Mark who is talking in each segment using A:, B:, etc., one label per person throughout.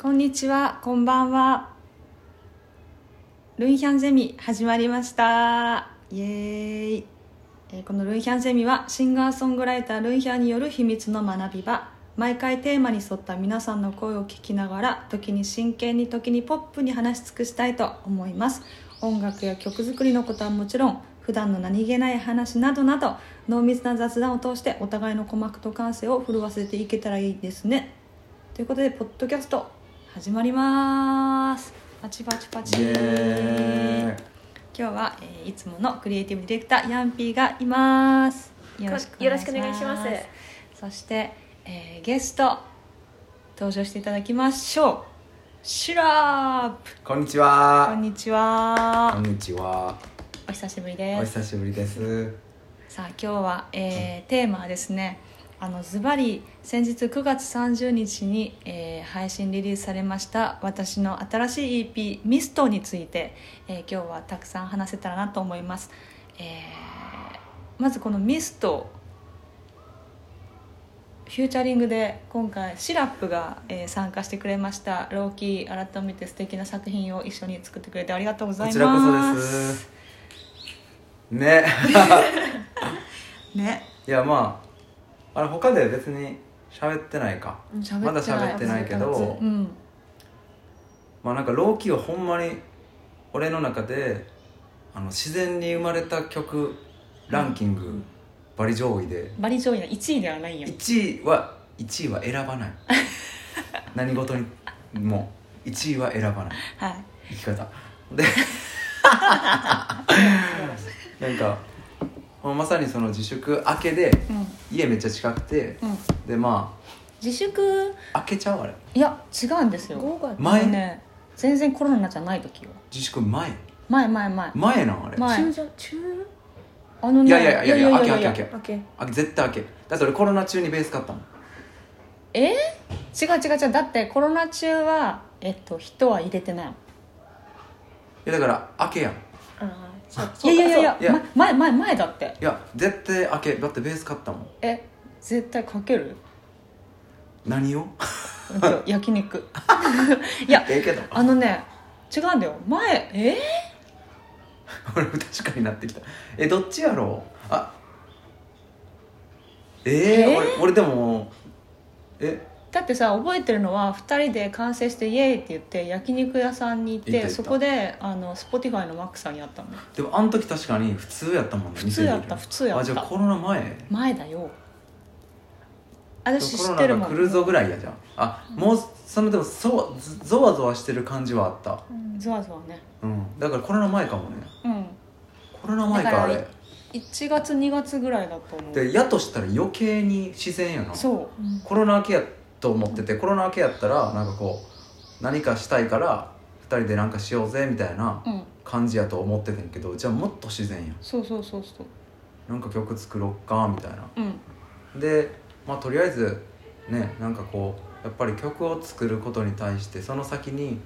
A: こんにちは、こんばんは。ルンヒャンゼミ始まりました。イエーイ。えーこのルンヒャンゼミはシンガーソングライタールンヒャンによる秘密の学び場。毎回テーマに沿った皆さんの声を聞きながら、時に真剣に時にポップに話し尽くしたいと思います。音楽や曲作りのことはもちろん、普段の何気ない話などなど、濃密な雑談を通してお互いの鼓膜と感性を震わせていけたらいいですね。ということでポッドキャスト始まりますパチパチパチ
B: イエーイ
A: 今日は、えーいつものクリエイティブディレクターヤンピーがいますよろしくお願いします
C: よろしくお願いします
A: そして、えーゲスト登場していただきましょうシュラープ
B: こんにち
A: こん
B: は
A: にちは
B: んにちは
A: お久しぶり
B: お
A: です
B: 久しぶりです
A: さあ今日は、えーテーマはですねあのズバリ先日9月30日に、えー配信リリースされました私の新しい EP「ミストについて、えー今日はたくさん話せたらなと思います、えーまずこの「ミストフューチャリングで今回シラップが、えー参加してくれましたローキー改めて素敵な作品を一緒に作ってくれてありがとうござい
B: こ
A: ます
B: ちらこそですね
A: ね
B: いやまああれ他で別に喋ってないか
A: 喋
B: まだ喋ってないけど
A: うん
B: まあなんかローキーはほんまに俺の中であの自然に生まれた曲ランキングバリ上位で
A: バリ上位の1位ではないよ
B: 1位は1位は選ばない 何事にも1位は選ばない
A: はい
B: 生き方でなんかまあまさにその自粛明けで
A: う
B: 家めっちゃ近くて
A: んうん、
B: でま
A: 自粛
B: あ開けちゃうあれ
A: いや違うんですよ
C: 5月
B: 前
A: もうね全然コロナじゃない時よ
B: 自粛前
A: 前前前
B: 前なんあれ、
A: 前
C: 中じゃ中
A: あのね
B: いやいやいやいや開け開け開け
C: 明け
B: あ絶対開けだって俺コロナ中にベース買ったもん
A: えー、違う違う違うだってコロナ中はえっと人は入れてないもん
B: いやだから開けやんい
C: あーそう
A: いやいやいやいや
B: そういや
A: ま前前前だって
B: や絶対開けだってベース買ったもん
A: え絶対かけ る
B: 何を
A: うんと焼肉 いや
B: ええけど
A: あのね違うんだよ前え
B: 俺不確かになってきたえどっちやろうあえー、
A: えー
B: 俺俺でもえ
A: だってさ覚えてるのは2人で完成して「イエーイ!」って言って焼肉屋さんに行って
B: 行った行った
A: そこであの Spotify のマックさんに会ったの
B: でもあの時確かに普通やったもんね
A: 普通やった
B: 店にいる
A: 普通やった
B: あじゃあコロナ前
A: 前だよ私
B: コ
A: 知
B: ロ
A: って
B: ナ
A: る
B: が
A: もん
B: 来るぞぐらいやじゃんあもうそのでもそうずゾワゾワしてる感じはあった、
A: ゾワゾワね
B: うん、だからコロナ前かもね
A: うん
B: コロナ前か
A: だから
B: あれ
A: 1月2月ぐらいだと思う
B: でやとしたら余計に自然やな
A: そ
C: うん
B: コロナ明けやと思っててコロナ明けやったらなんかこう何かしたいから2人で何かしようぜみたいな
A: ううん
B: 感じやと思っててんけどじゃあもっと自然やん
A: そうそうそうそう
B: なんか曲作ろっかみたいな
A: うん
B: でまあとりあえずねなんかこうやっぱり曲を作ることに対してその先に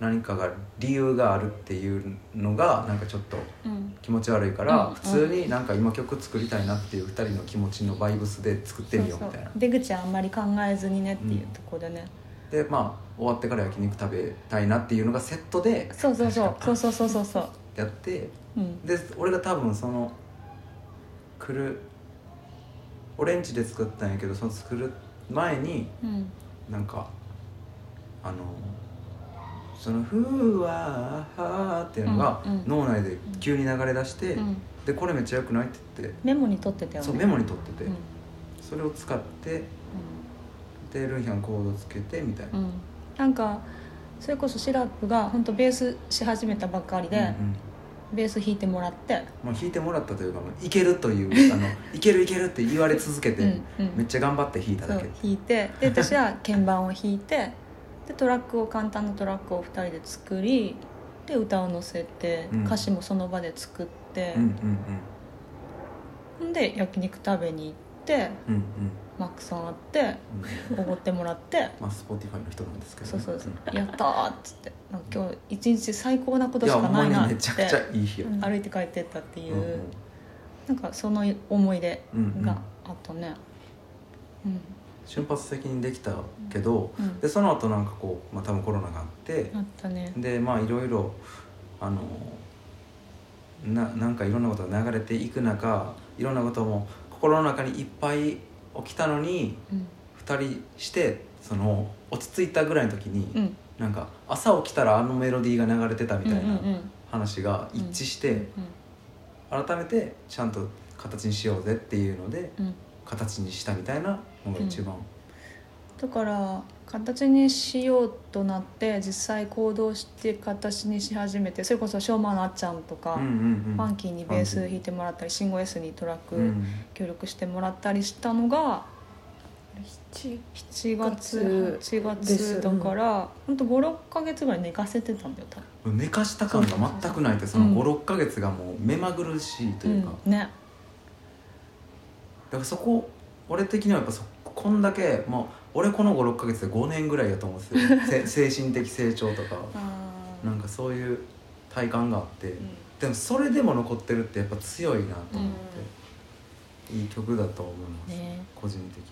B: 何かが理由があるっていうのがなんかちょっと
A: うん
B: 気持ち悪いから、
A: うん
B: 普通になんか今曲作りたいなっていう2人の気持ちのバイブスで作ってみようみたいな
A: そうそう出口はあんまり考えずにねっていうところでね、
B: でまあ終わってから焼肉食べたいなっていうのがセットで
A: そうそうそうそうそうそうそうそう
B: やって
A: うん
B: で俺が多分その来る俺んちで作ったんやけどその作る前に
A: うん
B: なんかあのその「ふわーはー」っていうのが
A: うんうん
B: 脳内で急に流れ出して、
A: うん
B: でこれめっちゃ良くないって言って、
A: メモに取ってたよね
B: そうメモに取ってて、
A: うん
B: それを使ってでルンヒャンコードつけてみたいな
A: う、んうんなんかそれこそシラップが本当ベースし始めたばっかりで、
B: うんうん
A: ベース弾いてもらって、
B: もう弾いてもらったというかもういけると いうあのいけるいけるって言われ続けて、
A: うんうん
B: めっちゃ頑張って弾いた
A: そ
B: だ
A: う
B: け
A: 弾いてで私は鍵盤を弾いてでトラックを簡単なトラックを2人で作りで歌を載せて、
B: うん
A: 歌詞もその場で作って
B: うんうん、
A: んで焼肉食べに行って
B: うんうんうん
A: マックさん会って
B: うん
A: おごってもらって
B: まあスポティファイの人なんですけど
A: そ
B: ね、
A: うそうそ
B: ん
A: う「やった!」っつって「なんか今日一日最高なこと
B: い
A: し
B: や
A: か
B: ほん
A: な
B: ま
A: い
B: に
A: な」っ
B: めちゃくちゃ
A: て
B: いい日や
C: うん
A: 歩いて帰ってったっていう、
B: うんうん
A: なんかその思い出
B: うんうん
A: があったねうん、
B: 瞬発的にできたけど、
A: うん
B: でその後なんかこう、まあ、多分コロナがあって、
A: あったね
B: でまあいろいろあのななんかいろんなことが流れていく中いろんなことも心の中にいっぱい起きたのに
A: うん
B: 2人してその落ち着いたぐらいの時に、
A: うん
B: なんか朝起きたらあのメロディーが流れてたみたい
A: うん
B: な
A: うんうん
B: 話が一致して、改めてちゃんと形にしようぜっていうので
A: うんうん
B: 形にしたみたいなのが一番、
A: だから形にしようとなって実際行動して形にし始めてそれこそショーマンのあっちゃんとか、
B: うん
A: フ
B: うんうん
A: ァンキーにベース弾いてもらったりシンゴ S にトラッ
B: う
A: ク
B: ん
A: 協力してもらったりしたのが
C: 七
A: 7月
C: 月
A: 8
C: で
A: 月
C: す
A: だから、ほんと56ヶ月ぐらい寝かせてたんだよ多
B: 寝かした感が全くないってそ
A: うん
B: の56か月がもう目まぐるしいという
A: 分
B: か、だ、
A: うん、ね
B: からそこ俺的にはやっぱそこんだけもう俺この56か月で5年ぐらいやと思うんで すよせ精神的成長とか
A: あ
B: なんかそういう体感があって、でもそれでも残ってるってやっぱ強いなと思って、いい曲だと思います、
A: ね
B: 個人的に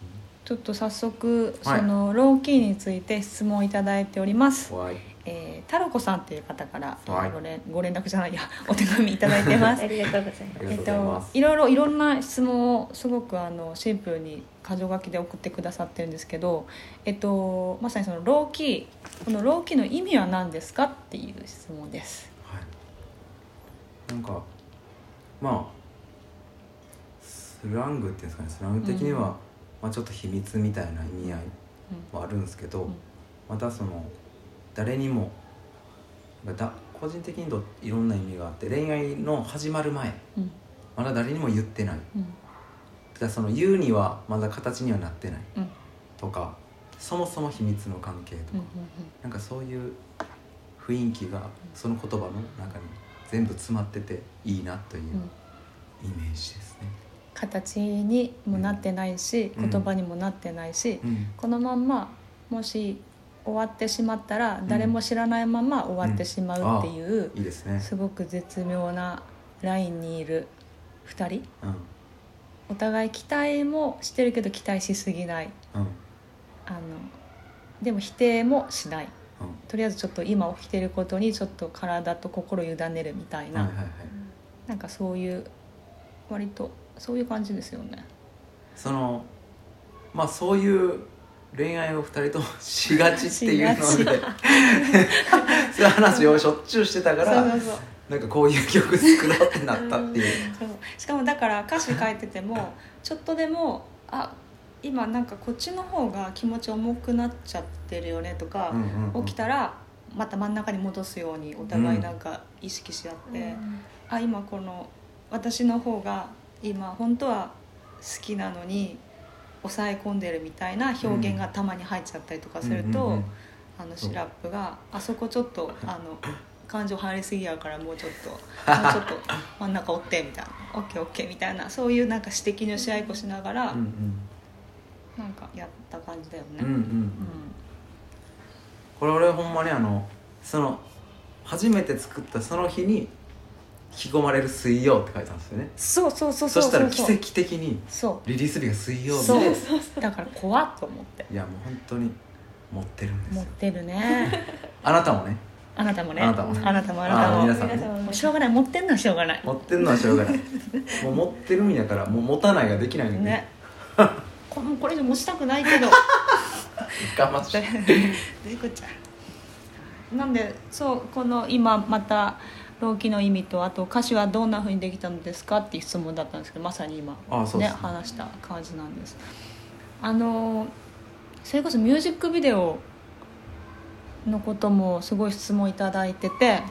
A: ちょっと早速、
B: はい
A: そのローキーについて質問をいただいております
B: 怖い
A: えー、太郎子さんという方から、えー
B: はい
A: ご連ご連絡じゃないや お手紙いただいてます
C: ありがとうござ い
B: あ
C: ま
B: りがとうご
C: す
B: ざいます、
A: いろいろいろんな質問をすごくあのシンプルに箇条書きで送ってくださってるんですけど、えっと、まさにそのローキーこのローキーの意味は何ですかっていう質問です。
B: はい、なんかまあスラングっていうんですかねスラング的には、
A: うん
B: まあ、ちょっと秘密みたいな意味合いはあるんですけど、
A: うん
B: またその誰にもだ個人的にどいろんな意味があって恋愛の始まる前
A: うんうん
B: まだ誰にも言ってない
A: うん
B: だからその言うにはまだ形にはなってない
A: うん
B: とかそもそも秘密の関係とか、
A: うんうん
B: なんかそういう雰囲気がその言葉の中に全部詰まってていいなという
A: うんうん
B: イメージですね。
A: 形にもなってないし、
B: うん
A: 言葉にもなってないし、
B: うん
A: このまんまもし終わってしまったら誰も知らないまま終わってしまうっていう、
B: いいですね。
A: すごく絶妙なラインにいる2人
B: うん
A: お互い期待もしてるけど期待しすぎない
B: うんうん
A: あのでも否定もしないとりあえずちょっと今起きてることにちょっと体と心委ねるみたいな、
B: はいはいはい。
A: なんかそういう割とそういう感じですよね。
B: そのまあそういう恋愛を二人ともしがちっていうの
A: し
B: で
A: が
B: そういう話をしょっちゅうしてたから
A: そうそうそう
B: なんかこういう曲作ろうってなったって いう。
A: そうしかもだから歌詞書いててもちょっとでもあ今なんかこっちの方が気持ち重くなっちゃってるよねとか、起き
B: た
A: たらまた真ん中に戻すようにお互いなんか意識し合って、あ今この私の方が今本当は好きなのに抑え込んでるみたいな表現がたまに入っちゃったりとかすると、あのシラップがあそこちょっとあの感情入りすぎやからもうちょっ ともうちょっと真ん中折ってみたいなオッケーオッケーみたいなそういうなんか指摘のし合いっこしながら、
B: うんうん
A: なんかやった感じだよね。
B: うんうんうんこれ俺ほんまにあのその初めて作ったその日に「引き込まれる水曜」って書いたんですよね
A: そうそうそうそ
B: そう
A: う
B: した
A: そ
B: ら
A: う
B: 奇跡的に
A: そ
B: リリース日が水
A: う
B: 曜日
A: そう
B: で
A: だから怖っと思って
B: いやもう本当に持ってるんです
A: 持っ
B: よ
A: てる ね
B: あなたもね
A: あなたもね
B: あなたもね
A: あなたもあな
B: あ
A: た
B: ー
A: も
B: 皆さんね
A: もうしょうがない持ってんのはしょうがない
B: 持ってるのはしょう がないもう持ってるんやからもう持たないができないの
A: ね
B: ね
A: こもうこれ以上持ちたくないけど
B: 我慢して
A: でこちゃんなんでそうこの今また老期の意味とあと歌詞はどんなふうにできたのですかっていう質問だったんですけどまさに今
B: あそうですね
A: 話した感じなんですあのそれこそミュージックビデオのこともすごい質問いただいてて
B: はい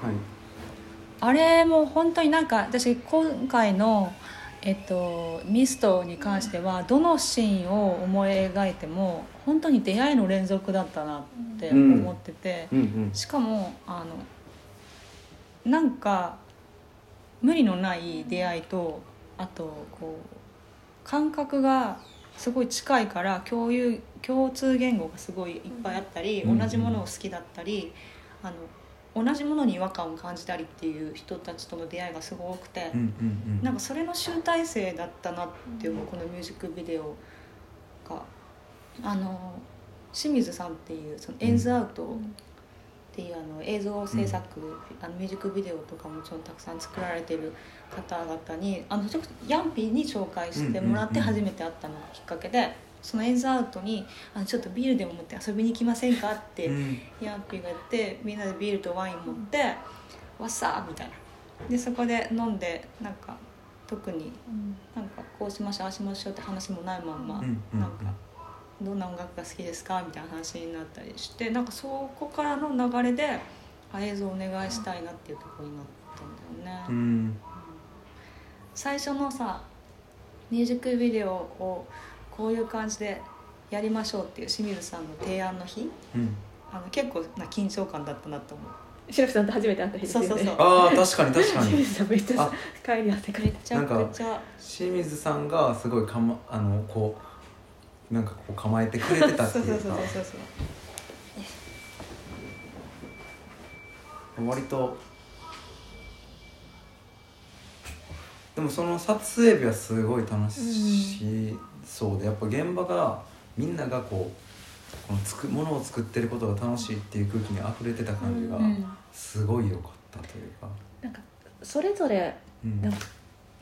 A: あれも本当になんか私今回の、えっと、ミストに関してはどのシーンを思い描いても本当に出会いの連続だったなって思ってて、
B: うんうん
A: しかもあのなんか無理のない出会いとあとこう感覚がすごい近いから共有共通言語がすごいいっぱいあったり、
B: うん
A: 同じものを好きだったりあの同じものに違和感を感じたりっていう人たちとの出会いがすごく多くて、
B: うんうんう
A: なんんかそれの集大成だったなって思うこのミュージックビデオがあの清水さんっていうそのエンズアウトっていうあの映像制作、あのミュージックビデオとかもちろんたくさん作られてる方々にあの直接ヤンピーに紹介してもらって
B: うんうんうん
A: 初めて会ったのがきっかけでそのエンズアウトにあの「ちょっとビールでも持って遊びに行きませんか?」って
B: うん
A: ヤンピーが言ってみんなでビールとワイン持って「わっさー!」みたいな。でそこで飲んでなんか特になんかこうしましょうああしましょうって話もないまんま、
B: うんうん
A: なんかどんな音楽が好きですかみたいな話になったりしてなんかそこからの流れであ映像お願いしたいなっていうところになったんだよね、
B: うん
A: 最初のさミュージックビデオをこういう感じでやりましょうっていう清水さんの提案の日
B: うん
A: あの結構な緊張感だったなと思う
C: シラフさんと初めて会った日ですよね
A: そうそうそう
B: ああ確かに確か
C: 清
B: に
C: 水さんめっちゃ帰り汗かい
A: め
C: て
A: ちゃくちゃ
B: 清水さんがすごいか、ま、あのこうなんかこう構えてくれてたっ
A: そ
B: て
A: う
B: い
A: そううそう
B: か
A: そうそう
B: 割とでもその撮影日はすごい楽しそうで、やっぱ現場がみんながこうこのつくものを作ってることが楽しいっていう空気に溢れてた感じが
A: うん
B: すごい良かったというか。
C: なんかそれぞれ
B: うん
C: なんか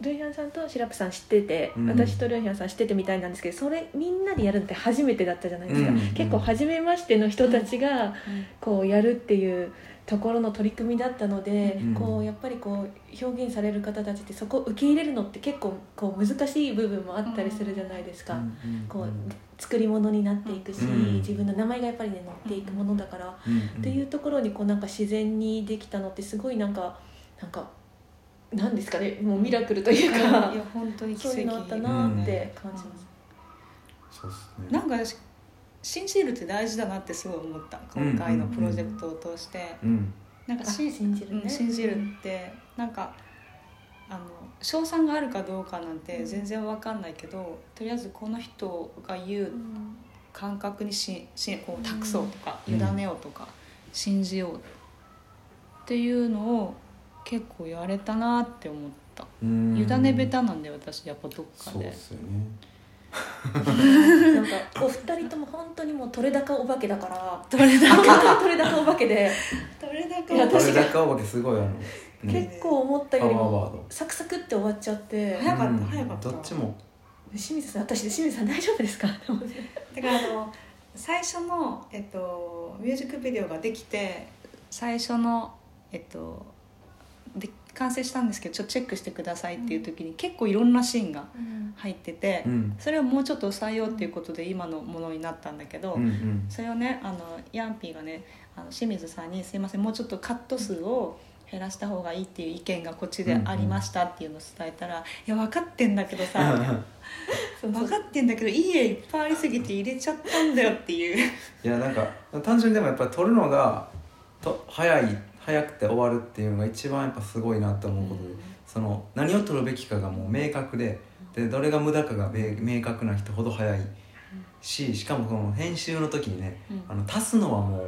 C: ルンヒャンさんとシラプさん知ってて、
B: うん
C: 私とルンヒャンさん知っててみたいなんですけどそれみんなでやるのって初めてだったじゃないですか、
B: うん
C: 結構初めましての人たちが
A: うん
C: こうやるっていうところの取り組みだったので、
B: うん
C: こうやっぱりこう表現される方たちってそこを受け入れるのって結構こう難しい部分もあったりするじゃないですか、
B: うんうんうん
C: こう作り物になっていくし、
B: うん
C: 自分の名前がやっぱりね載っていくものだから、
B: うんうん
C: っていうところにこうなんか自然にできたのってすごいなんかなんかなんですかねもうミラクルというか
A: い。や本当に奇
C: そう
A: 跡
C: いうのあったなーって感じます、
B: そうっすね
A: なんか私信じるって大事だなってすごい思った
B: うん
A: 今回のプロジェクトを通して、
B: うん
A: なんか
C: あ
A: し
C: 信じるね
A: うん信じるってなんかあの賞賛があるかどうかなんて全然わかんないけど、とりあえずこの人が言う感覚にししこう託そうとか、
B: うん
A: 委ねようとか信じようっていうのを結構やれたなって思った、
B: うん
A: 委ねべたなんで私やっぱどっか
B: そう
A: で
B: っすよね
C: なんかお二人とも本当にもう取れ高お化けだから
A: どれだ
C: 本当に取れ高お化けで
A: どれだ
C: いや
B: こ
C: 私
B: れ
C: が
B: だけお化けすごいあの、ね、
C: 結構思っ
B: パ
C: たよ
B: ワー
C: り
B: ワー
C: も
B: ド
C: サクサクって終わっちゃって
A: 早かった
B: うん
A: 早かった
B: どっちも
C: 清水さん私で清水さん大丈夫ですかって思って
A: だからあの最初の、えっと、ミュージックビデオができて最初の、えっと、で完成したんですけどちょっとチェックしてくださいっていう時に、結構いろんなシーンが入ってて、
B: うん
A: それをもうちょっと抑えようっていうことで今のものになったんだけど、
B: うんうん
A: それをねあのヤンピーがねあの清水さんに「すいませんもうちょっとカット数を減らした方がいいっていう意見がこっちでありました」っていうのを伝えたら「いや分かってんだけどさ」みたいな
C: そうそう
A: 分かってんだけどいい絵いっぱいありすぎて入れちゃったんだよっていう
B: いやなんか単純にでもやっぱり撮るのがと早い早くて終わるっていうのが一番やっぱすごいなと思うことで、
A: うん
B: その何を撮るべきかがもう明確ででどれが無駄かが明明確な人ほど早いししかもこの編集の時にね
A: うん
B: あの足すのはも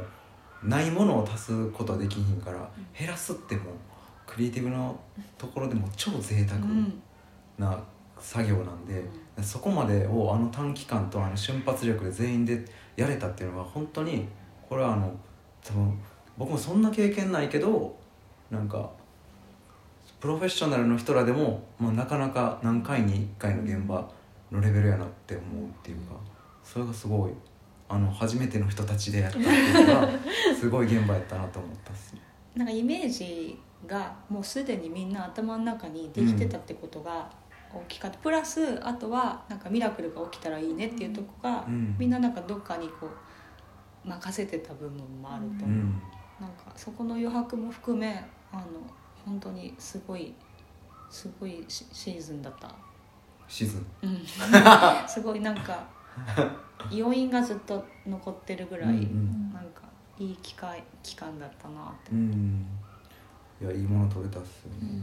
B: うないものを足すことはできひんから減らすってもうクリエイティブのところでも超贅沢。
A: うん
B: な作業なんで、そこまでをあの短期間とあの瞬発力で全員でやれたっていうのは本当にこれはあの多分僕もそんな経験ないけどなんかプロフェッショナルの人らでも、まあ、なかなか何回に1回の現場のレベルやなって思うっていうかそれがすごいあの初めての人たちでやったっていうのがすごい現場やったなと思ったっすね。
A: なんかイメージがもうすでにみんな頭の中にできてたってことが大きかった、プラスあとはなんかミラクルが起きたらいいねっていうとこが、
B: うん
A: みんななんかどっかにこう任せてた部分もあると思う、
B: うん
A: なんかそこの余白も含めあの本当にすごいすごいシシーズンだった。
B: シーズン
A: うんすごいなんか余韻がずっと残ってるぐらい、
B: うんうん
A: なんかいい機会期間だったなって、
B: うんいやいいもの撮れたっすよね、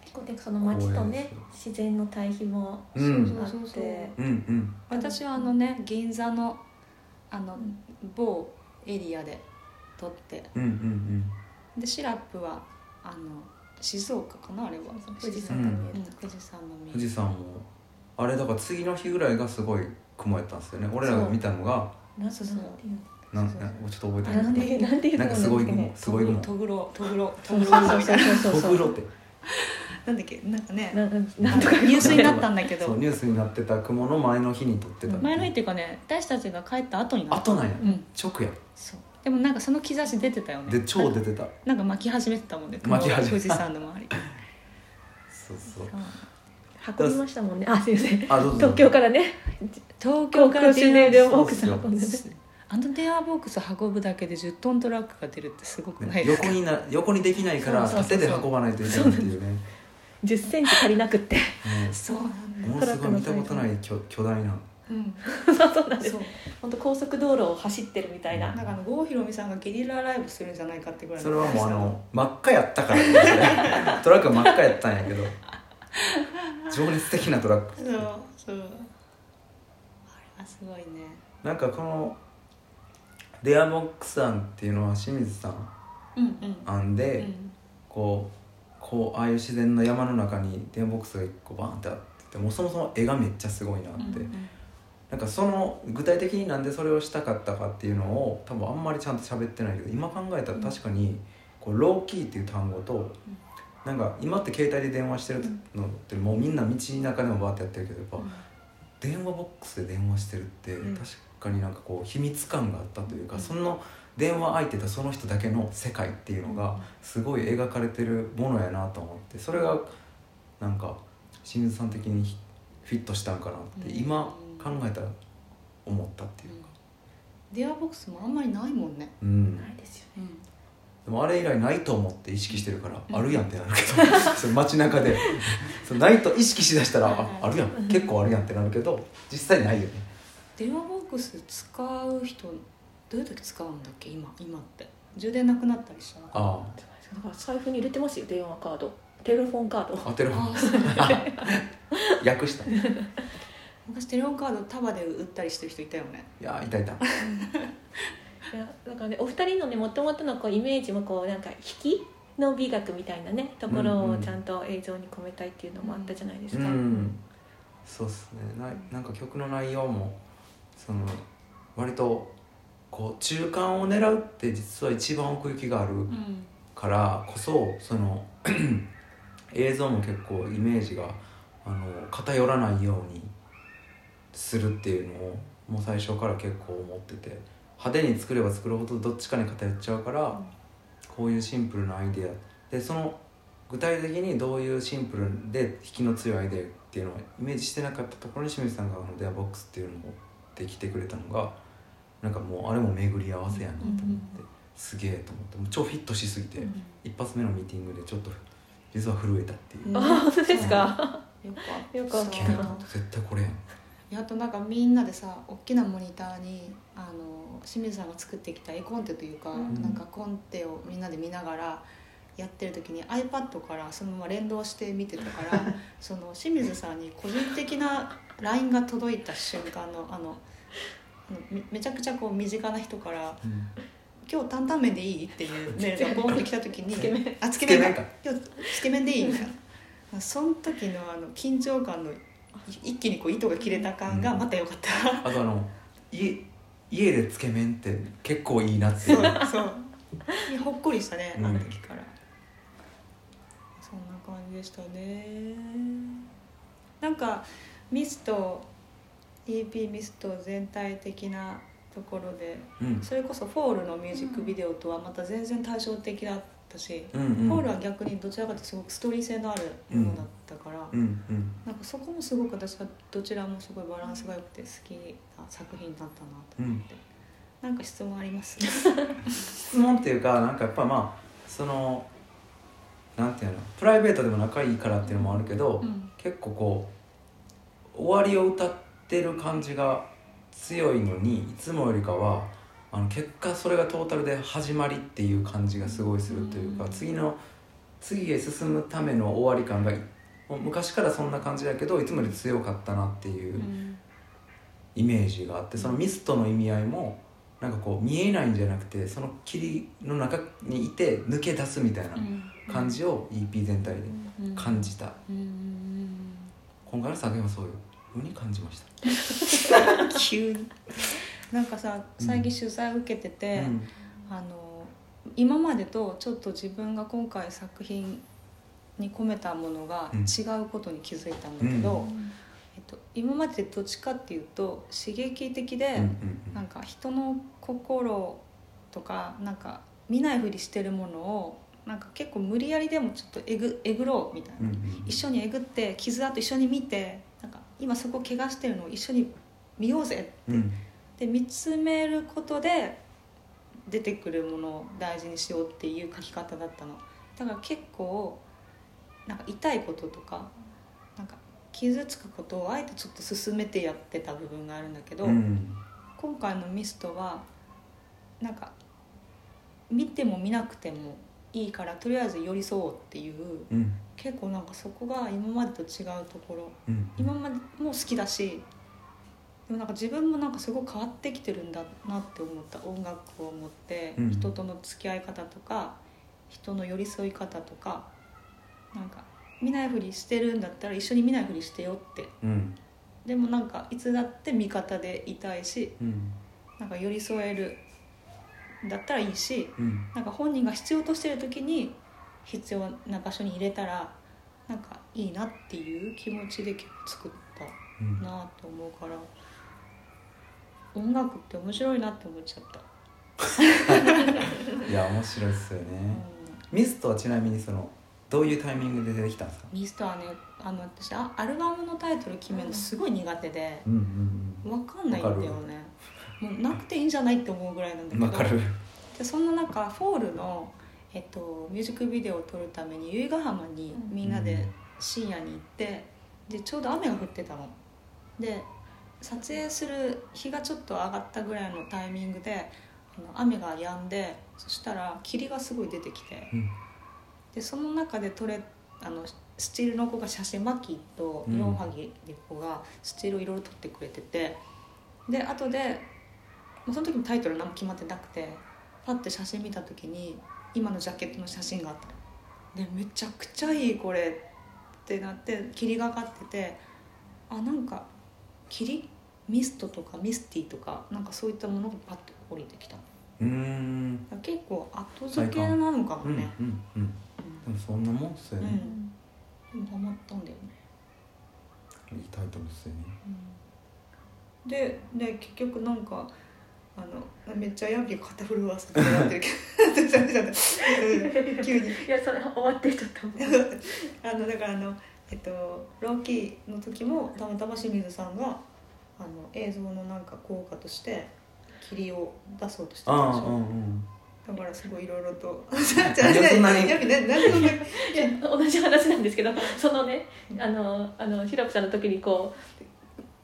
C: 結構ねその街とね自然の対比もあって、
B: うん
A: そうそうそう
B: うんうん
A: 私はあのね銀座のあの
C: ん
A: 某エリアで撮って
B: うんうん
A: でシラップはあの静岡かなあれは
C: そうそう富士
B: う
C: 山
B: ん
C: が見え
A: うん
C: る、
A: 富士山の
B: うん
A: 見
B: 富士山もあれだから次の日ぐらいがすごい雲やったんですよね俺らが見たのが
C: なん
A: そうそう
B: なん
A: そう
B: なんちょっと覚えて
C: あ
B: ない
C: なんてなんていう
B: なんかすごい雲すごい雲
A: トグロトグロト
C: そう
A: グロ
C: そう
A: みたいな
C: そうそう
B: ト
C: そ
B: グ
C: う
B: ロって
A: なんだっけなんかね
C: ななんとか
A: ニュースになったんだけ
B: そう
A: ど
B: ニュースになってた雲の前の日に撮ってた
A: 前の日っていうかね私たちが帰った後になった
B: 後なんや
A: うん
B: 直や
A: そうでもなんかその兆し出てたよね
B: で超出てた
A: なんか巻き始めてたもんね
B: 巻き始め
A: 富士山の周り
B: そうそう
C: 運びましたもんねあすいません
B: あどうぞ
C: 東京からね
A: 東京
C: 東京
A: か
C: からら
A: 電
C: 新
A: 話ボ
C: 年で
A: ック
C: ボックス運んでね
A: スあの電話ボックス運ぶだけで10トントラックが出るってすごくな
B: ね
A: いです
B: 横
A: か、
B: にな横にできないから
A: そうそうそうそ
B: 縦
A: う
B: で運ばないといけないっていうね
C: 10センチ足りなくって
B: ね
A: そうなんだ
B: ものすごい見たことない巨巨大な
A: うん
C: そう そうなんです
A: そう
C: 本当高速道路を走ってるみたいな
A: なんかあの郷ひろみさんがゲリラライブするんじゃないかってぐらい
B: それはもうあの真っ赤やったからですねトラック真っ赤やったんやけど情熱的なトラッ
A: そ
B: ク
A: うそうあれはすごいね
B: なんかこのデアボックス案っていうのは清水さん
A: うんうん
B: 案で、
A: うん
B: こうこうああいう自然の山の中に電ボックスが1個バーンってあってもうそもそも絵がめっちゃすごいなって、
A: うんうん
B: なんかその具体的になんでそれをしたかったかっていうのを多分あんまりちゃんと喋ってないけど今考えたら確かにこうローキーっていう単語となんか今って携帯で電話してるのってもうみんな道中でもバーってやってるけどやっぱ電話ボックスで電話してるって
A: うん
B: 確かになんかこう秘密感があったというか、
A: うん
B: その電話相手とその人だけの世界っていうのがすごい描かれてるものやなと思ってそれがなんか清水さん的にひフィットしたんかなって
A: うん
B: 今考えたら思ったっていうか、
A: 電話ボックスもあんまりないもんね、
B: うん、で
C: ないですよね
A: うん、
B: もあれ以来ないと思って意識してるから、
A: うん
B: あるやんってなるけど その街中でそうないと意識しだしたらああるやん結構あるやんってなるけど実際ないよね
A: 電話ボックス使う人どういう時使うんだっけ今今って充電なくなったりしたら
B: あ
C: じゃないですかだから財布に入れてますよ電話カードテレフォンカード
B: あ当てる
A: あそう
B: 訳したい
A: 昔テレホンカード束で売ったりしてる人いたよね
B: やいたいた
C: いやだからねお二人のねもともとのこうイメージもこうなんか引きの美学みたいなねところ
B: うんう
C: を
B: ん
C: ちゃんと映像に込めたいっていうのもあったじゃないです
B: う
C: か、
B: んそうっすねななんか曲の内容もその割とこう中間を狙うって実は一番奥行きがある
A: ん
B: からこそその 映像も結構イメージがあの偏らないようにするっていうのをもう最初から結構思ってて派手に作れば作るほどどっちかに偏っちゃうから、こういうシンプルなアイデアでその具体的にどういうシンプルで引きの強いアイデアっていうのをイメージしてなかったところに清水さんがあのデアボックスっていうのを持ってきてくれたのがなんかもうあれも巡り合わせやなと思って、
A: うんうん
B: すげえと思ってもう超フィットしすぎて、
C: うん
B: 一発目のミーティングでちょっと実は震えたっていう、
A: うん
C: あ本当ですか、
A: よくあ
C: よくあった
B: けんと思って絶対これやん
A: やっとなんかみんなでさ大きなモニターにあの清水さんが作ってきた絵コンテというか、
C: うん
A: なんかコンテをみんなで見ながらやってる時に iPad からそのまま連動して見てたからその清水さんに個人的な LINE が届いた瞬間のあのあのめめちゃくちゃこう身近な人から
B: うん
A: 「今日担々麺でいい?」っていうメールがボンって来た時に「
C: つけ麺
A: あつけ麺
B: つけ麺
A: か
B: か
A: 今日つけ麺でいい?」みたいなその時のあの緊張感のい一気にこう糸が切れた感が
B: うん
A: また良かった、
B: あとあの家家でつけ麺って結構いいなってい
A: そううそういやほっこりしたね、
B: うん
A: あの時からそんな感じでしたねなんかミスト EP ミスト全体的なところで
B: うん
A: それこそ「フォール」のミュージックビデオとはまた全然対照的だったし、
B: う
A: フ
B: ん
A: ォ
B: う
A: ール
B: ん
A: は逆にどちらかというとすごくストーリー性のあるものだったから、
B: うんうん
A: なんかそこもすごく私はどちらもすごいバランスが良くて好きな作品だったなと思って、なんか質問あります
B: 質問っていうかなんかやっぱまあそのなんていうのプライベートでも仲いいから っていうのもあるけど、
A: うん
B: 結構こう終わりを歌ってる感じが強いのにいつもよりかはあの結果それがトータルで始まりっていう感じがすごいするというか、
A: うん
B: 次の次へ進むための終わり感がもう昔からそんな感じだけどいつもより強かったなっていう。
A: うん
B: イメージがあってそのミストの意味合いもなんかこう見えないんじゃなくてその霧の中にいて抜け出すみたいな感じを EP 全体で
A: うん
B: 感じた、
A: うんうん
B: 今回の作品はそうよふうに感じました、
A: 急になんかさ最近取材受けてて、
B: うん
A: あの今までとちょっと自分が今回作品に込めたものが
B: うん
A: 違うことに気づいたんだけど、
B: う
A: えっと、今までどっちかっていうと刺激的で、
B: うん
A: なんか人の心とかなんか見ないふりしてるものをなんか結構無理やりでもちょっとえぐえぐろうみたいな、
B: うんうんうん
A: 一緒にえぐって傷跡一緒に見てなんか今そこ怪我してるのを一緒に見ようぜ
B: うん
A: で見つめることで出てくるものを大事にしようっていう書き方だったのだから結構なんか痛いこととかなんか傷つくことをあえてちょっと進めてやってた部分があるんだけど、
B: うん
A: 今回のミストはなんか見ても見なくてもいいからとりあえず寄り添おうっていう
B: うん
A: 結構なんかそこが今までと違うところ
B: うん
A: 今までも好きだしでもなんか自分もなんかすごい変わってきてるんだなって思った音楽を持って、
B: うん
A: 人との付き合い方とか人の寄り添い方とかなんか見ないふりしてるんだったら一緒に見ないふりしてよって
B: うん
A: でもなんかいつだって味方でいたいし
B: うん
A: なんか寄り添えるんだったらいいし
B: うん
A: なんか本人が必要としてる時に必要な場所に入れたらなんかいいなっていう気持ちで結構作った
B: うん
A: なあと思うから音楽って面白いなって思っちゃった、
B: いや面白いっすよ
A: う
B: ね
A: ん、
B: ミストはちなみにそのどういうタイミングで出てきたんですか
A: ミスターねあの私あアルバムのタイトル決めるのすごい苦手で
B: うんうん
A: 分かんないんだよ
B: わ
A: ねもうなくていいんじゃないって思うぐらいなんだ
B: う
A: け
B: ん
A: ど
B: わかる
A: でそんな中フォールの、えっと、ミュージックビデオを撮るために由比ヶ浜に
C: うん
A: みんなで深夜に行ってでちょうど雨が降ってたので撮影する日がちょっと上がったぐらいのタイミングであの雨が止んでそしたら霧がすごい出てきて
B: うん
A: でその中で撮れあのスチールの子が写真マキと
B: うん
A: ヨンハギリ子がスチールをいろいろ撮ってくれててで後でもうその時もタイトル何も決まってなくてパッて写真見た時に今のジャケットの写真があったのでめちゃくちゃいいこれってなって霧がかっててあなんか霧ミストとかミスティとかなんかそういったものがパッと降りてきただか
B: うーん
A: ら結構後付けなのかも
B: うん
A: ね、
B: うんうんでもそんなもんっすよ
A: うんう
B: ね
A: んでもハマったんだよね
B: いいタイトルっすよね
A: でで結局なんかあのめっちゃヤンキー肩震わせ てもらってるけどちょっと待って急に
C: いやそれ終わってちょっと
A: あのだからあのえっとローキーの時もたまたま清水さんがあの映像のなんか効果として霧を出そうとしてたでし
B: ああう
A: ょ
B: んうん
A: だからすごいいろいろと
B: やそん なに
A: やっぱねなんでそんなに
C: いや同じ話なんですけどそのね
A: うん
C: あのあのシロプさんの時にこう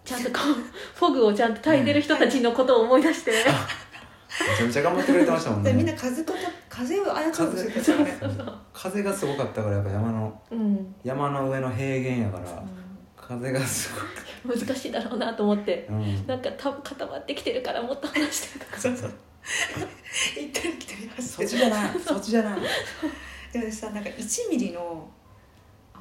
C: ちゃんとこうフォグをちゃんと炊いてる人たちのことを思い出して、
B: めちゃめちゃ頑張ってくれてましたもん
A: で
B: ね
A: みんな風と風を操ろうとしてたからね
C: そうそう
B: 風がすごかったからやっぱ山の
C: うん、
B: 山の上の平原やから風がす
C: 難しいだろうなと思って
B: ごい、うん、
C: なんかた固まってきてるからもっと話してとか
A: そうそう行ったり来たり走
B: そ
A: っ
B: ってちじゃない そっちじゃない
A: でもさなんか1ミリのあ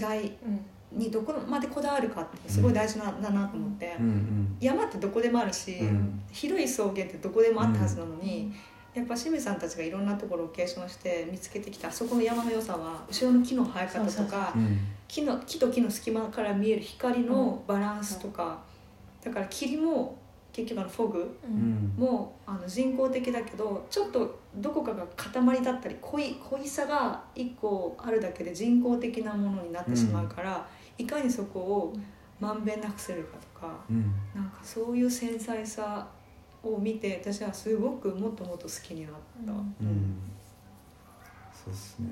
A: の違い
C: うん
A: にどこまでこだわるかってすごい大事な、だなと思って、
B: うん
A: 山ってどこでもあるし、
B: うん
A: 広い草原ってどこでもあったはずなのに、やっぱ清水さんたちがいろんなところを継承して見つけてきたそこの山の良さは後ろの木の生え方とか
C: そうそうそ
B: うんうん
A: 木の木と木の隙間から見える光のバランスとか、だから霧も結局あのフォグ
B: う
C: う
B: んん
A: もうあの人工的だけどちょっとどこかが塊だったり濃い濃いさが1個あるだけで人工的なものになってしまうから、いかにそこをまんべんなくするかとか
B: うん
A: なんかそういう繊細さを見て私はすごくもっともっと好きになった、
C: うん
B: うんそうっすね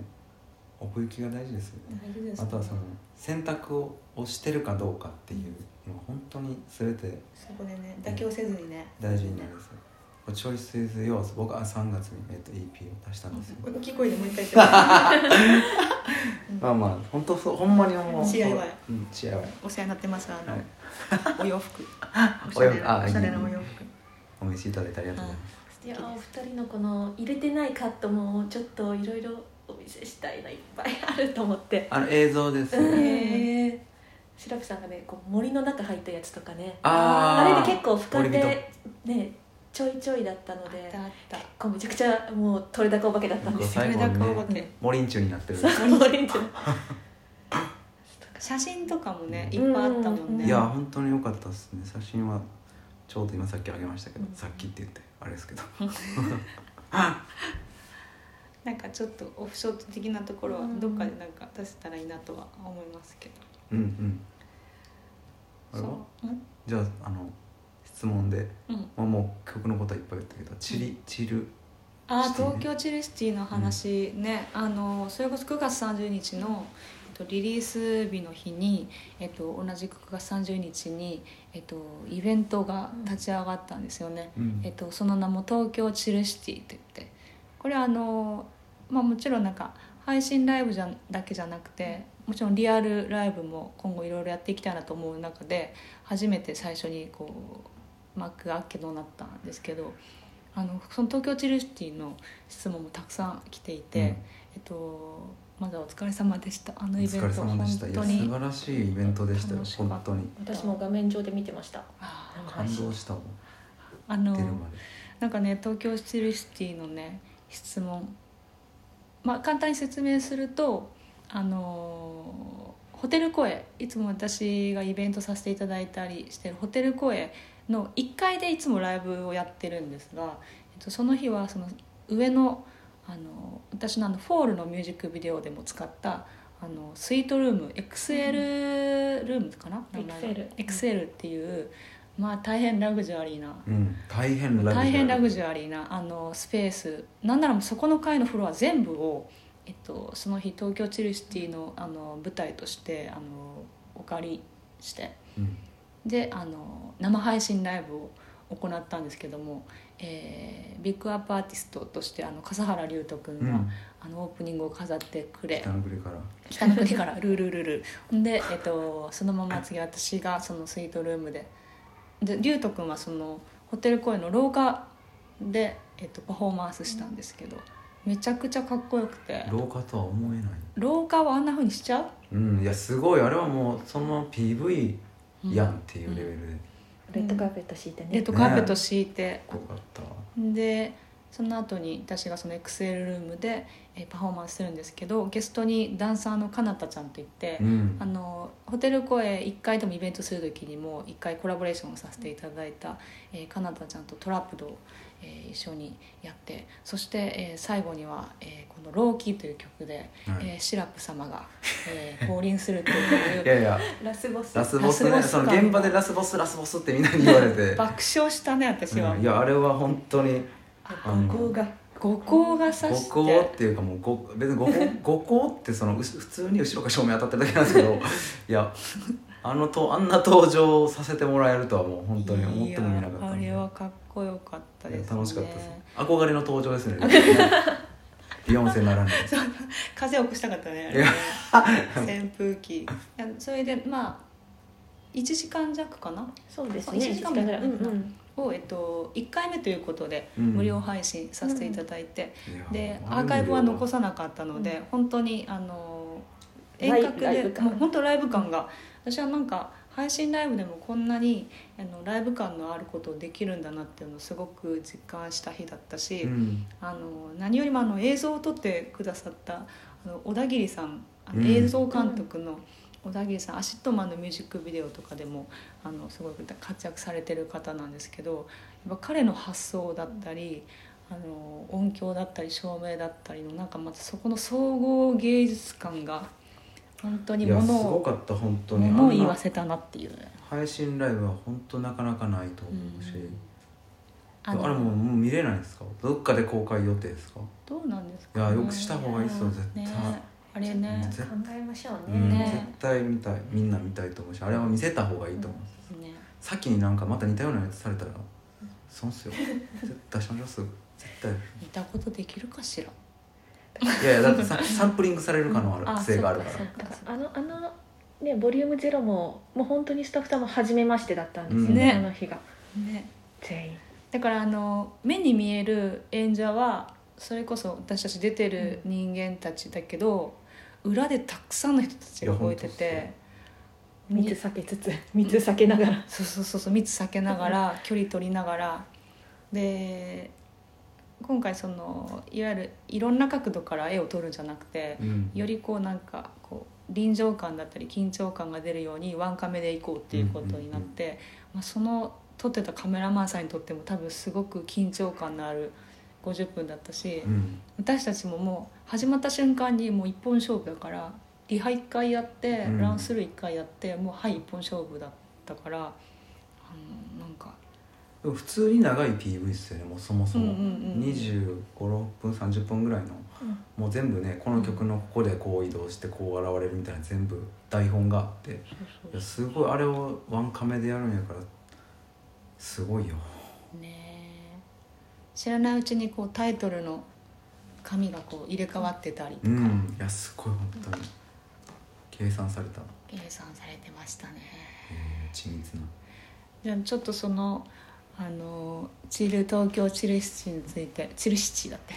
B: 奥行きが大事ですよね
A: 大事です
B: あとはその選択をしてるかどうかっていうのは本当に全て
A: そこでね妥協せずにね
B: 大事になるんですよこれチョイスイズ要素僕は3月に、えっと、EP を出したんですよ
A: 大きい声でもう一回言っ て
B: まあまあ本当そうほんまにもう
A: DIY
B: うん DIY
A: お世話になってますあの、
B: はい
A: お洋服お
B: お
A: しゃ
B: 洋
A: れ
B: 服あ
A: なおしゃれなお洋
B: いい
A: 服
B: お召しいただいてありがとうございます
C: いやお二人のこの入れてないカットもちょっといろいろお見せしたいないっぱいあると思って
B: あの映像です
C: うん
B: ね
A: へえ
C: シラフさんがねこう森の中入ったやつとかね
B: あー
C: あれで結構俯瞰
B: 森人
C: でねちょいちょいだったの
A: あっ
C: で
A: たあった
C: こうめちゃくちゃもう取れ高お化けだったんですよ
B: 最後に
A: これだけ覚えて
B: ね
A: る
B: 森ん中になってる
C: 森って
A: 写真とかもねいっぱいあったもんね
B: いや本当に良かったですね写真はちょうど今さっきあげましたけど、
C: うん
B: さっきって言ってあれですけど
A: なんかちょっとオフショット的なところはどっかでなんか出せたらいいなとは思いますけど、
B: うんうんあれは
A: そううん
B: じゃああの質問で、
A: うん
B: まあ、もう曲のことはいっぱい言ったけど「チリ、チル
A: あ
B: シ
A: ー
B: ティね
A: 東京チルシティの話ね、あのそれこそ9月30日のえっとリリース日の日に、えっと、同じく9月30日に、えっと、イベントが立ち上がったんですよね、
B: うん
A: えっと、その名も「東京チルシティ」って言ってこれはあの、まあ、もちろんなんか配信ライブじゃだけじゃなくてもちろんリアルライブも今後いろいろやっていきたいなと思う中で初めて最初にこう幕が開けとなったんですけどあのその東京チルシティの質問もたくさん来ていて、
B: うん
A: えっと、まずはお疲れ様でしたあの
B: お
A: イベン
B: 疲
A: ト
B: れ様でしたい
A: 本
B: や
A: 当
B: 素
A: に
B: 晴らしいイベントでしたよ
A: 楽しかった
B: 本当に
C: 私も画面上で見てました
A: あー
B: 感動したもん
A: あの
B: 出るまで
A: なんかね東京シルシティのね質問まあ簡単に説明するとあのーホテル声いつも私がイベントさせていただいたりしてるホテル声の1階でいつもライブをやってるんですが、えっと、その日はその上のあの私のあの「フォール」のミュージックビデオでも使ったあのスイートルーム XL ルームかな、名前が
C: XL
A: XL っていう、まあ、大変ラグジュアリーな
B: うん大変ラグジュアリ
A: 大
B: ー
A: 変ラグジュアリーなあのスペースなんならもうそこの階のフロア全部を、えっと、その日東京チルシティのあの舞台としてあのお借りして
B: うん
A: であの生配信ライブを行ったんですけども、えービッグアップアーティストとしてあの笠原龍斗君
B: う
A: が、
B: ん
A: あのオープニングを飾ってくれ
B: 北の国から
A: 北の国からルールールールーんで、えっと、そのまま次私がそのスイートルームでで龍斗君はそのホテル公園の廊下で、えっと、パフォーマンスしたんですけど、めちゃくちゃかっこよくて
B: 廊下とは思えない
A: 廊下をあんなふうにしちゃう
B: うんいやすごいあれはもうそのまま PV やんっていうレベルで
C: レッドカーペット敷いて
A: レッ
C: ね
A: ドカーペット敷いて、
B: 濃かったわ
A: でその後に私がその XL ルームで、えーパフォーマンスするんですけどゲストにダンサーのかなたちゃんといって、
B: うん
A: あのホテル公演1回でもイベントする時にも1回コラボレーションをさせていただいた、えー、カナダちゃんとトラップドを、えー一緒にやってそして、えー最後には、えーこの「ローキー」という曲で、
B: はい
A: えーシラップ様が、えー降臨す るとい
B: いうやいや
C: ラスボス
B: ラスボスね
A: ラスボス
B: そ
A: 感
B: の現場でラスボスラスボスってみんなに言われ て、
A: 爆笑したね私は、
B: うんいやあれは本当にあの
C: こが
A: 五光がさし
B: 五光ってていうかもうご別に五光五光ってそのうし普通に後ろから照明当たってるだけなんですけ どいやあのとあんな登場をさせてもらえるとはもう本当に思ってもみなかったんで
A: いやあれはかっこよかった
B: いや
A: です、ね、
B: 楽しかったで すね憧れの登場ですねビヨンセならぬ
A: 風を起こしたかったねあれね扇風機いやそれでまあ1時間弱かな
C: そうです
A: 一
C: ね
A: 時間ぐらい
C: うんうん
A: を、えっと、1回目ということで
B: うん
A: 無料配信させていただいて、
B: いや
A: で
B: あれ
A: アーカイブは残さ
B: い
A: なかったので、本当にあの
C: ライ
A: 遠隔
C: ライ
A: で
C: ブ感
A: もう本当ライブ感が私はなんか配信ライブでもこんなにあのライブ感のあることをできるんだなっていうのをすごく実感した日だったし、
B: うん
A: あの何よりもあの映像を撮ってくださったあの小田切さんあ
B: うん
A: の映像監督の小田切さん、アシットマンのミュージックビデオとかでもあのすごく活躍されてる方なんですけどやっぱ彼の発想だったりあの音響だったり照明だったりのなんかまたそこの総合芸術感が本当に
B: いや
A: も
B: す
A: の
B: ご
A: を
B: かった本当に
A: ものを
B: あんな
A: 言わせたなっていう。
B: 配信ライブは本当なかなかないと思うし、
A: うん
B: あれもうもう見れないんですかどっかで公開予定ですか
A: どうなんです
B: い
A: か、
B: やよくした方がいいですよ絶対、
A: ねあれね
B: 絶
C: 考えましょう
B: う
C: ね、
B: ん
A: ね
B: 絶対見たいみんな見たいと思うしあれは見せた方がいいと思う、
A: ね
B: 先になんかまた似たようなやつされたら損っすよ絶対出しましょうすぐ絶対
A: 似たことできるかしら
B: いやいやだっ てさサンプリングされる可能ある性があるから
A: そうかそうか
C: あのあのねボリュームゼロももう本当にスタッフさんも初めましてだったんですよ
A: ね
C: ね、あの日が
A: ね
C: 全員
A: だからあの目に見える演者はそれこそ私たち出てる人間たちだけど、裏でたくさんの人たちが動いて
B: いや
A: て
C: 密避けつつ密避けながら
A: そうそうそうそう密避けながら距離取りながらで今回そのいわゆるいろんな角度から絵を撮るんじゃなくて
B: うん
A: よりこうなんかこう臨場感だったり緊張感が出るようにワンカメで行こうっていうことになって、まあ、その撮ってたカメラマンさんにとっても多分すごく緊張感のある50分だったし、
B: うん
A: 私たちももう始まった瞬間にもう一本勝負だからリハ1回やって、
B: うん
A: ランスルー1回やってもうはい一本勝負だったからあのなんか
B: でも普通に長い PV ですよねもうそもそも、
A: うんうんうん
B: 2526分30分ぐらいのもう全部ねこの曲のここでこう移動してこう現れるみたいな全部台本があって
A: そう
B: いやすごいあれをワンカメでやるんやからすごいよ
A: ねえ知らないうちにこうタイトルの紙がこう入れ替わってたりと
B: う
A: か、
B: んいやすごい本当に計算された
A: 計算されてましたね
B: えー緻密な
A: じゃあちょっとそのあのチル東京チルシティについてチルシティだって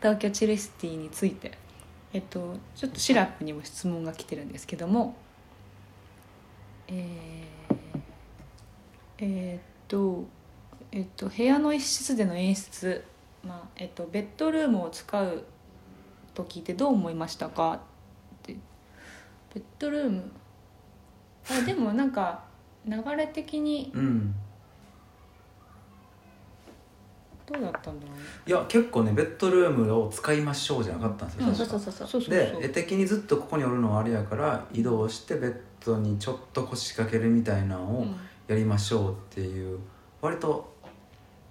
A: 東京チルシティについてえっとちょっとシラップにも質問が来てるんですけどもえーえーっとえっと部屋の一室での演出まあえっとベッドルームを使うと聞いてどう思いましたかってベッドルームあでもなんか流れ的に
B: うん
A: どうだったんだろうね
B: いや結構ねベッドルームを使いましょうじゃなかったんですよ、
C: うん
B: 確
C: そう
B: か
C: そうそうそう
A: そうそうそう
B: で絵的にずっとここにおるのはあれやから移動してベッドにちょっと腰掛けるみたいなの
A: う
B: を
A: ん
B: やりましょうっていう割と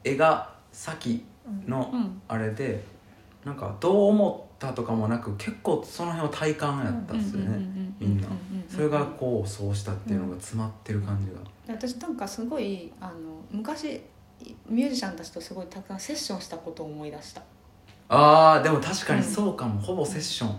B: 絵が先の
A: うん
B: あれでなんかどう思ったとかもなく結構その辺は体感やったんですよ
A: う
B: ね
A: んう
B: みんな
A: ううう
B: それがこうそうしたっていうのが詰まってる感じが
A: 私なんかすごいあの昔ミュージシャンたちとすごいたくさんセッションしたことを思い出した
B: あーでも確かにそうかもほぼセッション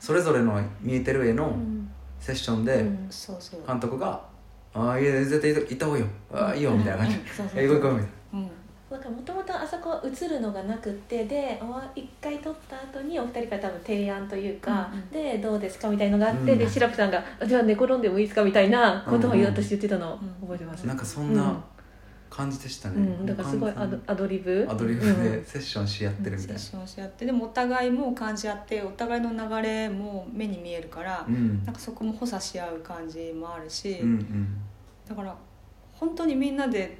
B: それぞれの見えてる絵
C: う
B: の
C: ん
B: セッションで
C: うん
A: そうそう
B: 監督が「ああいや絶対行った方がいいよああいいよ」みたいな感じ
A: うんうんそうそう
B: 「え行こう行こう」みたいな
A: うん
C: なんかもともとあそこは映るのがなくってでお一回撮った後にお二人から多分提案というか、
A: うんうん
C: でどうですかみたいのがあって、
B: うん
C: でシラプさんがあじゃあ寝転んでもいいですかみたいなことを言おうとして言ってたのを
A: うん
C: 覚えてます、
B: なんかそんな感じでしたね、
C: うん、だからすごいアドアドリブ
B: アドリブでセッションし合ってるみ
A: セ
B: たい
A: ッ
B: な、
A: ションし合ってでもお互いも感じ合ってお互いの流れも目に見えるから
B: うん、うん
A: なんかそこも補佐し合う感じもあるし、
B: うん
A: だから本当にみんなで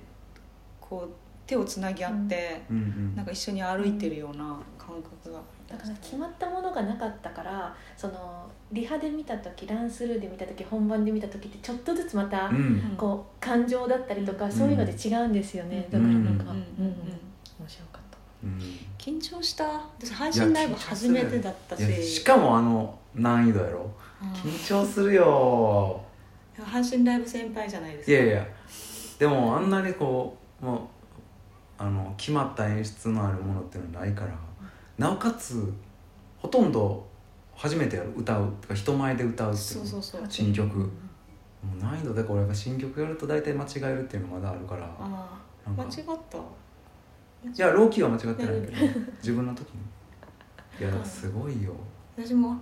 A: こう手をつなぎ合って、
B: うんうん
A: なんか一緒に歩いてるような感覚が、
C: だから決まったものがなかったからそのリハで見た時ランスルーで見た時本番で見た時ってちょっとずつまた、
B: うん
C: こう感情だったりとか、
A: うん
C: そういうので違うんですよね、
A: うん
C: だからなんか、
A: うんうんうん
C: 面白かった
B: うん
A: 緊張した私配信ライブ初めてだった
B: いや
A: し
B: しかもあの難易度やろ緊張するよ
A: うん配信ライブ先輩じゃないです
B: い
A: か
B: やいやでもあんなにこうもうあの決まった演出のあるものっていうのはないからなおかつほとんど初めてやる歌うとか人前で歌うってい
A: そうそうそう
B: 新曲もう難易度だから俺が新曲やると大体間違えるっていうのがまだあるから
A: ああ
B: なん
A: 間
B: か
A: 違った
B: いやローキーは間違ってないけど自分の時にいやだからすごいよ
A: 私も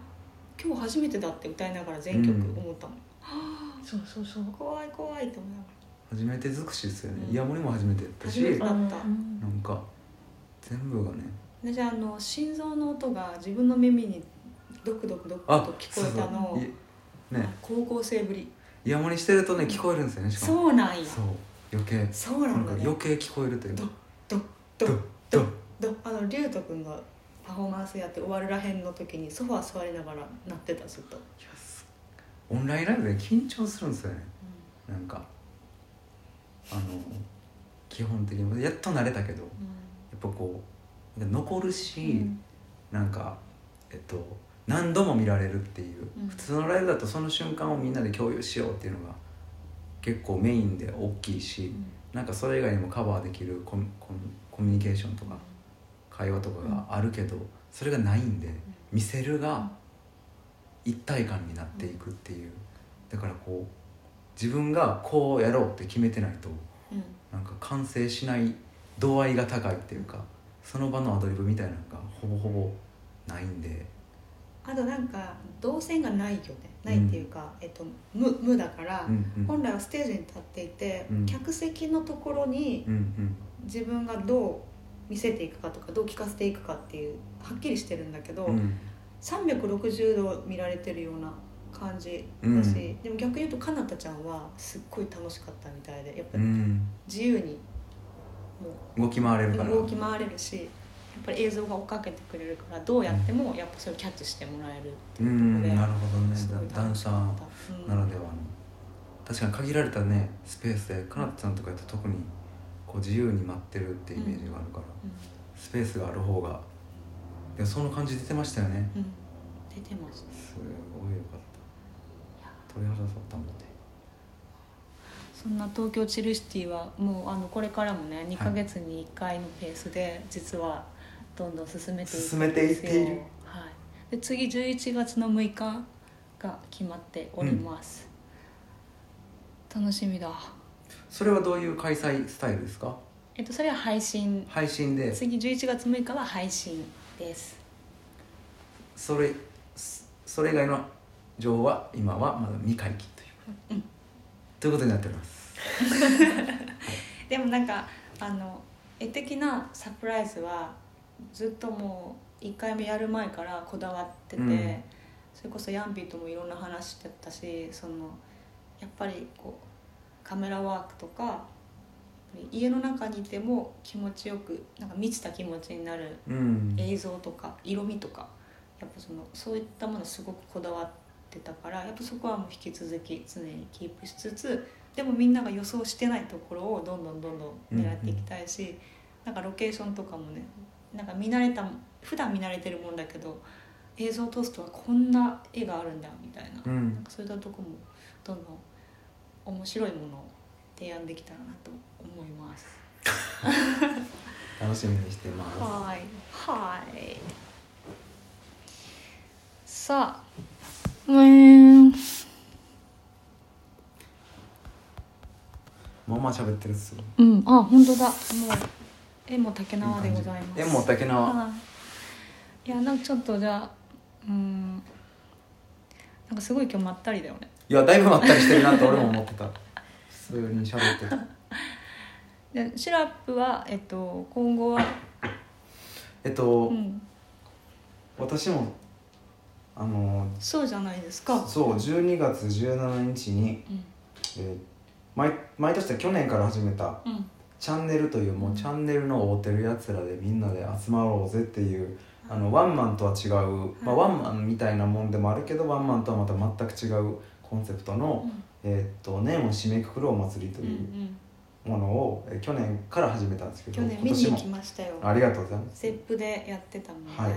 A: 今日初めてだって歌いながら全曲思ったの、
C: そうそうそう
A: 怖い怖いって思いなが
B: 初めて尽くしですよね、
A: うん
B: イヤモニも初めてやったし
A: 初めて
B: な
A: だった
C: うん
B: んか全部がね
A: ら私あの心臓の音が自分の耳にドクドクドクと
B: あ
A: 聞こえたの
B: そうそういね
A: 高校生ぶり
B: イヤモニしてるとね聞こえるんですよねしかも
A: そうなんや
B: そう余計
A: そうな
B: なん
A: ん
B: か
A: だね
B: 余計聞こえるというか
A: ドッド
B: ド
A: ッ
B: ッドッ
A: ドッあの龍斗君がパフォーマンスやって終わるらへんの時にソファー座りながら鳴ってたずっと、
B: オンラインライブで緊張するんですよねなんかあの基本的にやっと慣れたけどやっぱこうなんか残るし、
C: うん
B: なんか、えっと、何度も見られるっていう、
A: うん
B: 普通のライブだとその瞬間をみんなで共有しようっていうのが結構メインで大きいし、なんかそれ以外にもカバーできるコミコミコミュニケーションとか会話とかがあるけど、それがないんで見せるが一体感になっていくっていうだからこう自分がこうやろうって決めてないと
A: うん
B: なんか完成しない度合いが高いっていうかその場のアドリブみたいなのがほぼほぼないんで
A: あとなんか動線がないよねないっていうか、えっと、無無だから、
B: うんうん
A: 本来はステージに立っていて、
B: うん
A: 客席のところに
B: うんうん
A: 自分がどう見せていくかとかどう聞かせていくかっていうはっきりしてるんだけど、
B: うん
A: 360度見られてるような感じだ
B: うん
A: し、でも逆に言うとかなたちゃんはすっごい楽しかったみたいでやっぱ
B: う
A: り
B: ん
A: 自由にもう
B: 動き回れるから
A: 動き回れるしやっぱり映像が追っかけてくれるからどうやってもやっぱそれをキャッチしてもらえるって
B: う
A: いうんところ
B: なるほど
A: で、すごい
B: ねダダン
A: 楽し
B: サ
A: か
B: ー
A: った、うん
B: ならではの確かに限られたねスペースでかなちゃんとかやったら特にこう自由に待ってるってイメージがあるから、
A: う
B: スペースがある方がでもその感じ出てましたよね
A: んうん出てます
B: すごいよかった鳥肌立ったもんね
A: そんな東京チルシティはもうあのこれからもね2ヶ月に1回のペースで実はどんどん進めていく
B: 進めていっている
A: はい、で次11月の6日が決まっております、楽しみだ
B: それはどういう開催スタイルですか
A: えっとそれは配信
B: 配信で
A: 次11月6日は配信です
B: それそそれ以外の情は今はまだ未解禁ということ,、ということになっております
A: でもなんかあの絵的なサプライズはずっともう1回目やる前からこだわってて、
B: うん
A: それこそヤンビーともいろんな話してたしそのやっぱりこうカメラワークとかやっぱり家の中にいても気持ちよくなんか満ちた気持ちになる
B: うん
A: 映像とか色味とかやっぱそのそういったものすごくこだわってたからやっぱそこはもう引き続き常にキープしつつでもみんなが予想してないところをどんどんどんどん狙っていきたいし、なんかロケーションとかもねなんか見慣れた普段見慣れてるもんだけど映像を通すとはこんな絵があるんだみたいな,、
B: う
A: なん
B: ん
A: かそういったとこもどんどん面白いものを提案できたらなと思います。
B: 楽しみにしてます
A: はいはいさあうーん
B: まあまあ喋ってるっすよ
A: うんあ本当だもう絵も竹縄でございます
B: えもう竹縄
A: はいいやなんかちょっとじゃあうーんなんかすごい今日まったりだよね
B: いやだいぶまったりしてるなと俺も思ってた 普通に喋ってた
A: でシラップはえっと今後は
B: えっと、
A: うん
B: 私もあの
A: そうじゃないですか
B: そう12月17日に、
A: うん
B: えー毎毎年で去年から始めた
A: うん
B: チャンネルというもうチャンネルの追うてるやつらでみんなで集まろうぜっていうあのワンマンとは違う、まあ、ワンマンみたいなもんでもあるけどワンマンとはまた全く違うコンセプトの、
A: うん
B: えー、と年を締めくくるお祭りと
A: うんう
B: いうんものを、えー去年から始めたんですけど
A: 去年
B: 今
A: 見に
B: 年
A: 行
B: も
A: きましたよ
B: ありがとうございます
A: ゼップでやってたもんね、
B: はい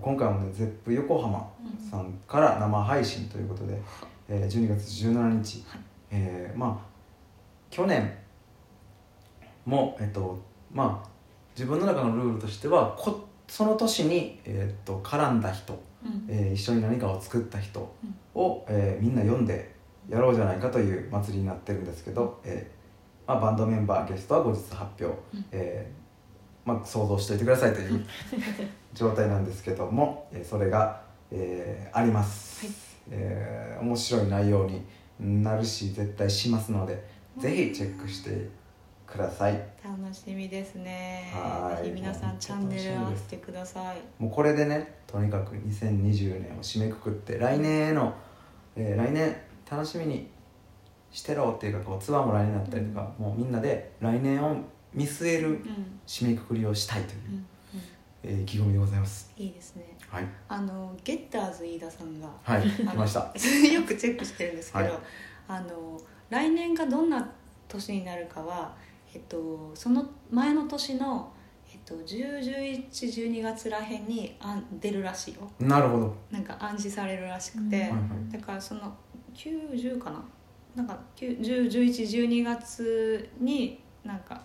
B: 今回もね ZEP 横浜
A: うん
B: さんから生配信ということで、えー12月17日、
A: はい
B: えーまあ去年もえっとまあ自分の中のルールとしてはこその年に、えーっと絡んだ人、
A: うん
B: えー一緒に何かを作った人
A: うん
B: を、えーみんな読んでやろうじゃないかという祭りになってるんですけど、えーまあ、バンドメンバーゲストは後日発表、
A: うん
B: えーまあ、想像しておいてくださいという状態なんですけども、えーそれが、えーあります、
A: はい
B: えー面白い内容になるし絶対しますのでぜひチェックしてください
A: 楽しみですね
B: はい
A: ぜひ皆さんチャンネル合わせてください
B: もうこれでねとにかく2020年を締めくくって来年への、えー来年楽しみにしてろっていうかこうツアーも来年だったりとか、もうみんなで来年を見据え
A: う
B: る
A: ん、うん
B: 締めくくりをしたいという、
A: う
B: えー意気込みでございます
A: ん、いいですね
B: はい
A: あのゲッターズ飯田さんが
B: はい
A: あの
B: 来ました
A: よくチェックしてるんですけど、
B: はい
A: あの来年がどんな年になるかは、えっと、その前の年の、えっと、101112月らへんにあん出るらしいよ
B: なるほど
A: なんか暗示されるらしく
C: うん
A: て、
C: はい
B: はい
A: だからその90かななんか101112月になんか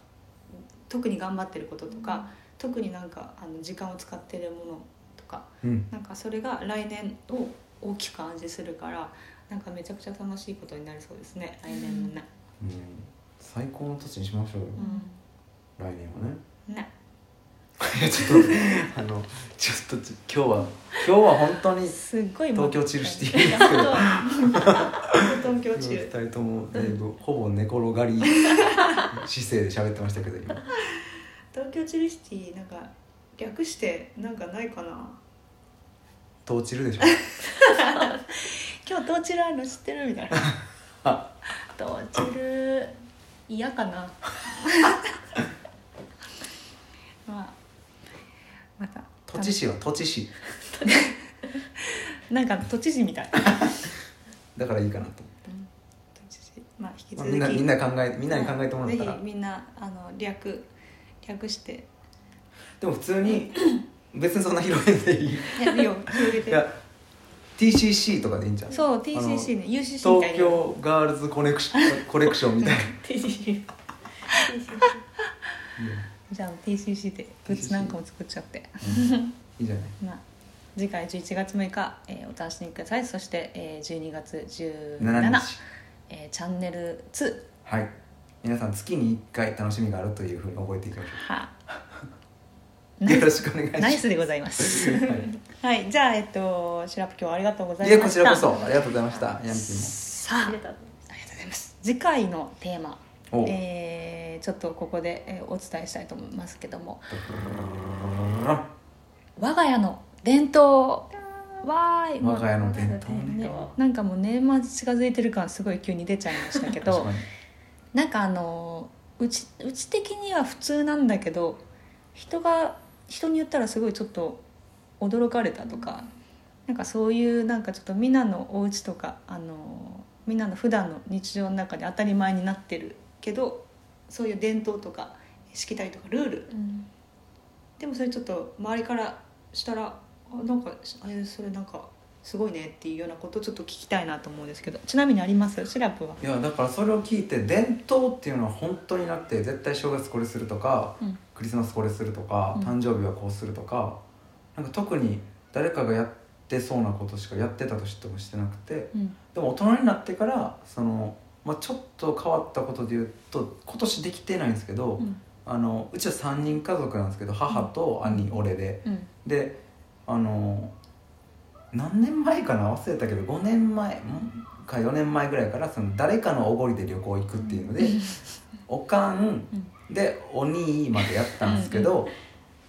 A: 特に頑張ってることとか、特になんかあの時間を使ってるものとか
B: うん
A: なんかそれが来年を大きく暗示するからなんかめちゃくちゃ楽しいことになりそうですね来年もね。
B: うん最高の年にしましょうよ、
A: ん
B: 来年はね
A: ね
B: いや ちょっとあのちょっとち今日は今日は本当 に
A: すっごい
B: 東京チルしていいんですけど
A: 東京チ
B: 2
A: ル
B: 人ともだいぶほぼ寝転がり姿勢で喋ってましたけど今
A: 東京チルシティなんか略してなんかないかな
B: トーチルでしょ
A: 今日東チルあるの知ってるみ たいな東チル嫌かな まあまた
B: 土地市は土地市
A: なんか都知事みたい
B: だからいいかなと
A: 都知事まあ引き
B: まあ
A: 続き、
B: みんなみんな考えみんなに考えてもらった
A: ぜ
B: ら
A: ひみんなあの略略して
B: でも普通に別にそんな広げんでいい
A: いやいいよ広げ
B: い
A: て
B: や TCC とかでいいんじゃん
A: そう
B: あの
A: TCC ね UCC みたい
B: 東
A: に
B: 京ガールズコネクションコレクション みたいな
C: TCC
A: じゃあ TCC でグッズなんかも作っちゃって
B: うんいいじゃない
A: まあ次回11月6日、えーお楽しみくださいそして、えー12月17
B: 7
A: 日、
B: 日
A: えーチャンネル2
B: はい皆さん月に1回楽しみがあるというふうに覚えていきましょ
A: は
B: うよろしくお願いします
A: ナイスでございますはい、じゃあえっとシラップ今日はありがとうござい
B: い
A: まし
B: や
A: た
B: こちらこそありがとうございましたヤンキー
A: さああ
C: あり
A: り
C: が
A: が
C: とう
A: とうございます次回のテーマ
B: もおう
A: えーちょっとここで、えーお伝えしたいと思いますけども我が家の伝統わーい
B: 我が家の
A: も
B: 伝統
A: う
B: ね
A: ねなんかもう年末近づいてる感すごい急に出ちゃいましたけ
B: 確
A: ど
B: かに
A: なんかあのうちうち的には普通なんだけど人が人に言ったらすごいちょっと驚かれたとか、なんかそういうなんかちょっとみんなのお家とかあのみんなの普段の日常の中で当たり前になってるけどそういう伝統とかしきたりとかルール
C: うん
A: でもそれちょっと周りからしたらあなんかあれそれなんかすごいねっていうようなことをちょっと聞きたいなと思うんですけどちなみにありますシラップはい
B: やだからそれを聞いて伝統っていうのは本当になくて絶対正月これするとか、
A: うん
B: クリスマスこれするとか
A: うん
B: 誕生日はこうするとか、なんか特に誰かがやってそうなことしかやってたとしてもしてなくて
A: うん
B: でも大人になってからその、まあ、ちょっと変わったことで言うと今年できてないんですけど、
A: うん
B: あのうちは3人家族なんですけど母と兄、俺で。
A: うん
B: であの何年前かな忘れたけど5年前んか4年前ぐらいからその誰かのおごりで旅行行くっていうので、おかんでお兄までやったんですけど、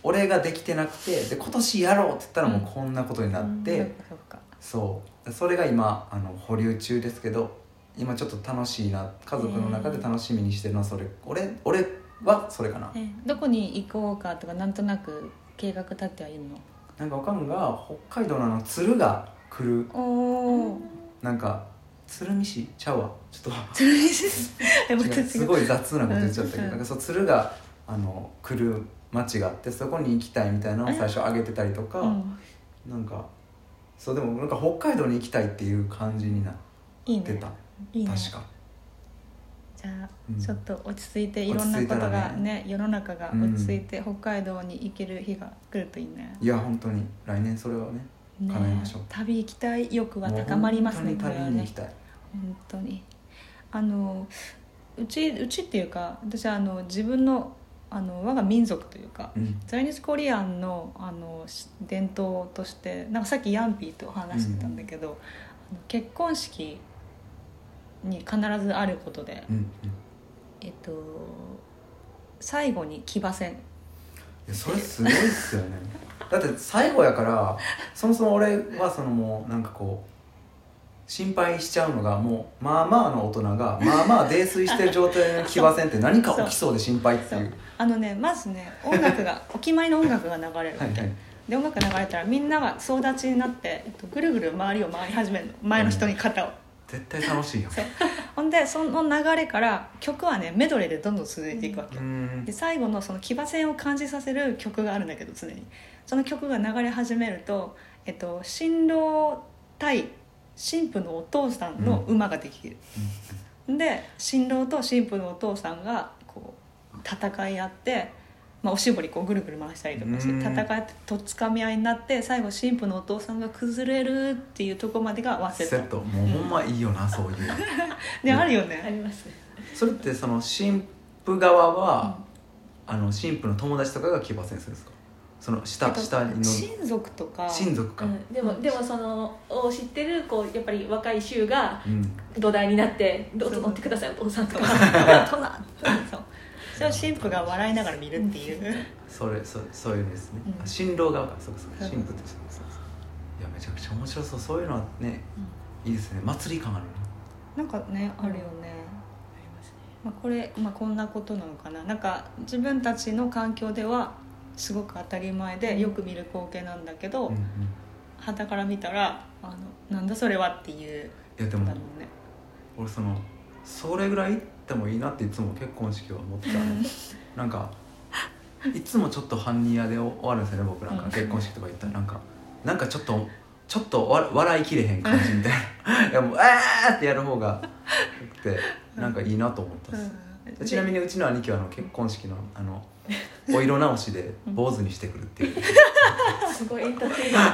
B: 俺ができてなくてで今年やろうって言ったらもうこんなことになって、
A: そうかそうか
B: そうそれが今あの保留中ですけど今ちょっと楽しいな家族の中で楽しみにしてるのはそれ、俺俺はそれかな。
A: えどこに行こうかとかなんとなく計画立ってはいるの
B: なんかおかんが北海道のあの鶴が来る
A: おお
B: なんか鶴見市ちゃうわち ょっ
A: それ ですえ
B: と
A: ま
B: 違う
A: た違う
B: すごい雑なこと言っちゃったけど、
A: うん
B: なんかそう鶴があの来る町があってそこに行きたいみたいなのを最初挙げてたりとか、
A: うん
B: なんかそうでもなんか北海道に行きたいっていう感じになっ
A: いいね
B: てた、
A: いいね
B: 確か
A: じゃあ、
B: うん
A: ちょっと落ち着いていろんなこと
B: 落ち着い
A: が
B: たら
A: ね世の中が落ち着いて、北海道に行ける日が来るといいね
B: いや本当に来年それはね
A: ね
B: 叶えましょう
A: 旅行きたい欲は高まりますね
B: もう
A: こ
B: 本
A: れ
B: 当に
A: は
B: 旅に行
A: ね
B: きたい
A: 本当にあのうちうちっていうか私はあの自分のあの我が民族というか
B: うん
A: 在日コリアンのあのし伝統としてなんかさっきヤンピーと話してたんだけど、あの結婚式に必ずあることで、
B: うんうんい
A: えっと、最後に騎馬戦
B: やそれすごいっすよね だって最後やからそもそも俺はそのもうなんかこう心配しちゃうのがもうまあまあの大人がまあまあ泥酔してる状態の騎馬戦って何か起きそうで心配って
A: そ
B: いうう
A: あのねまずね音楽 がお決まりの音楽が流れるわ
B: はい
A: け、
B: はい
A: で音楽流れたらみんなが総立ちになって、えっと、ぐるぐる周りを回り始めるの前の人に肩を、
B: 絶対楽しいよ
A: そうほんでその流れから曲はねメドレーでどんどん続いていくわけ、
B: うーん
A: で最後のその騎馬戦を感じさせる曲があるんだけど常にその曲が流れ始めると、えっと、新郎対新婦のお父さんの馬ができる、で新郎と新婦のお父さんがこう戦い合って、まあ、おしぼりこうぐるぐる回したりとかして
B: うん
A: 戦い合ってとっつかみ合いになって最後新婦のお父さんが崩れるっていうとこまでが忘
B: セ
A: れた
B: ットもうほんまいいよなそういうの
A: であるよ
C: あ
A: ね
C: ります
B: それってその新婦側は、あの新婦の友達とかが騎馬戦するんですかその下下にの
A: 親族とか
B: 親族か、
C: うん、でもでもそのを知ってるこうやっぱり若い衆が
B: うん
C: 土台になって「どうぞ乗ってくださいお父さん」とか
A: 大人そうそれを神父が笑いながら見るっていう
B: それそそういうのですね、
A: うん
B: あ新郎側かそうかそう
A: そ
B: か
A: う
B: 新婦っていやめちゃくちゃ面白そうそういうのはね、いいですね祭り感ある
A: なんかねあるよね、まあ、これ、まあ、こんなことなのかななんか自分たちの環境ではすごく当たり前でよく見る光景なんだけど
B: な、うんうん、
A: 傍から見たらあのなんだそれはっていう
B: いやで
A: だろ
B: も
A: うね
B: 俺そのそれぐらい行ってもいいなっていつも結婚式は思ってたなんかいつもちょっと半ニヤで終わるんですよね僕なん
A: う
B: か
A: ん
B: 結婚式とか行ったらなんかなんかちょっとちょっとわ笑いきれへん感じみたいな いやもう「えー!」ってやる方がよくてなんかいいなと思ったっす、
A: うん
B: ちなみにうちの兄貴はあの結婚式のあ のお色直しで坊主にしてくるっていう
C: すごいエンターテイナー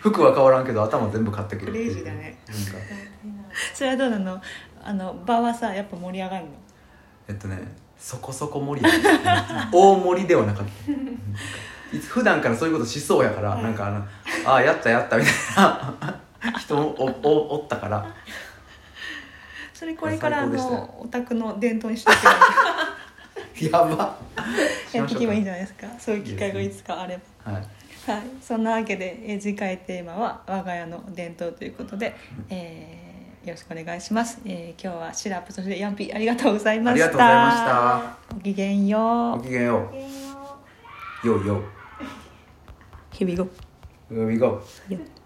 B: 服は変わらんけど頭全部買ってくるっていう
A: クレイジーだね
B: なんか
A: それはどうなのあの場はさやっぱ盛り上がるの
B: えっとねそこそこ盛り 大盛りではなか ったいつ普段からそういうことしそうやから、
A: うん
B: なんかあの「ああやったやった」みたいな 人もおおおったから
A: それこれからあ
B: 最高でしたよ
A: のお宅の伝統にしていけ
B: やば
A: ばやっていけばいいんじ
B: ゃ
A: ゃないですかそういう機会がいつかあれば。
B: ない、はい、
A: はい、そんなわけで、えー次回テーマは我が家の伝統ということで、えーよろしくお願いします、えー今日はシラップそしてヤンピーありがとうござい
B: あ
A: ま
B: り
A: した
B: がとうございました
A: ごきげんよ
B: ご
A: う
B: きげんようようよ
A: 日々ご
B: う Here we go
A: よう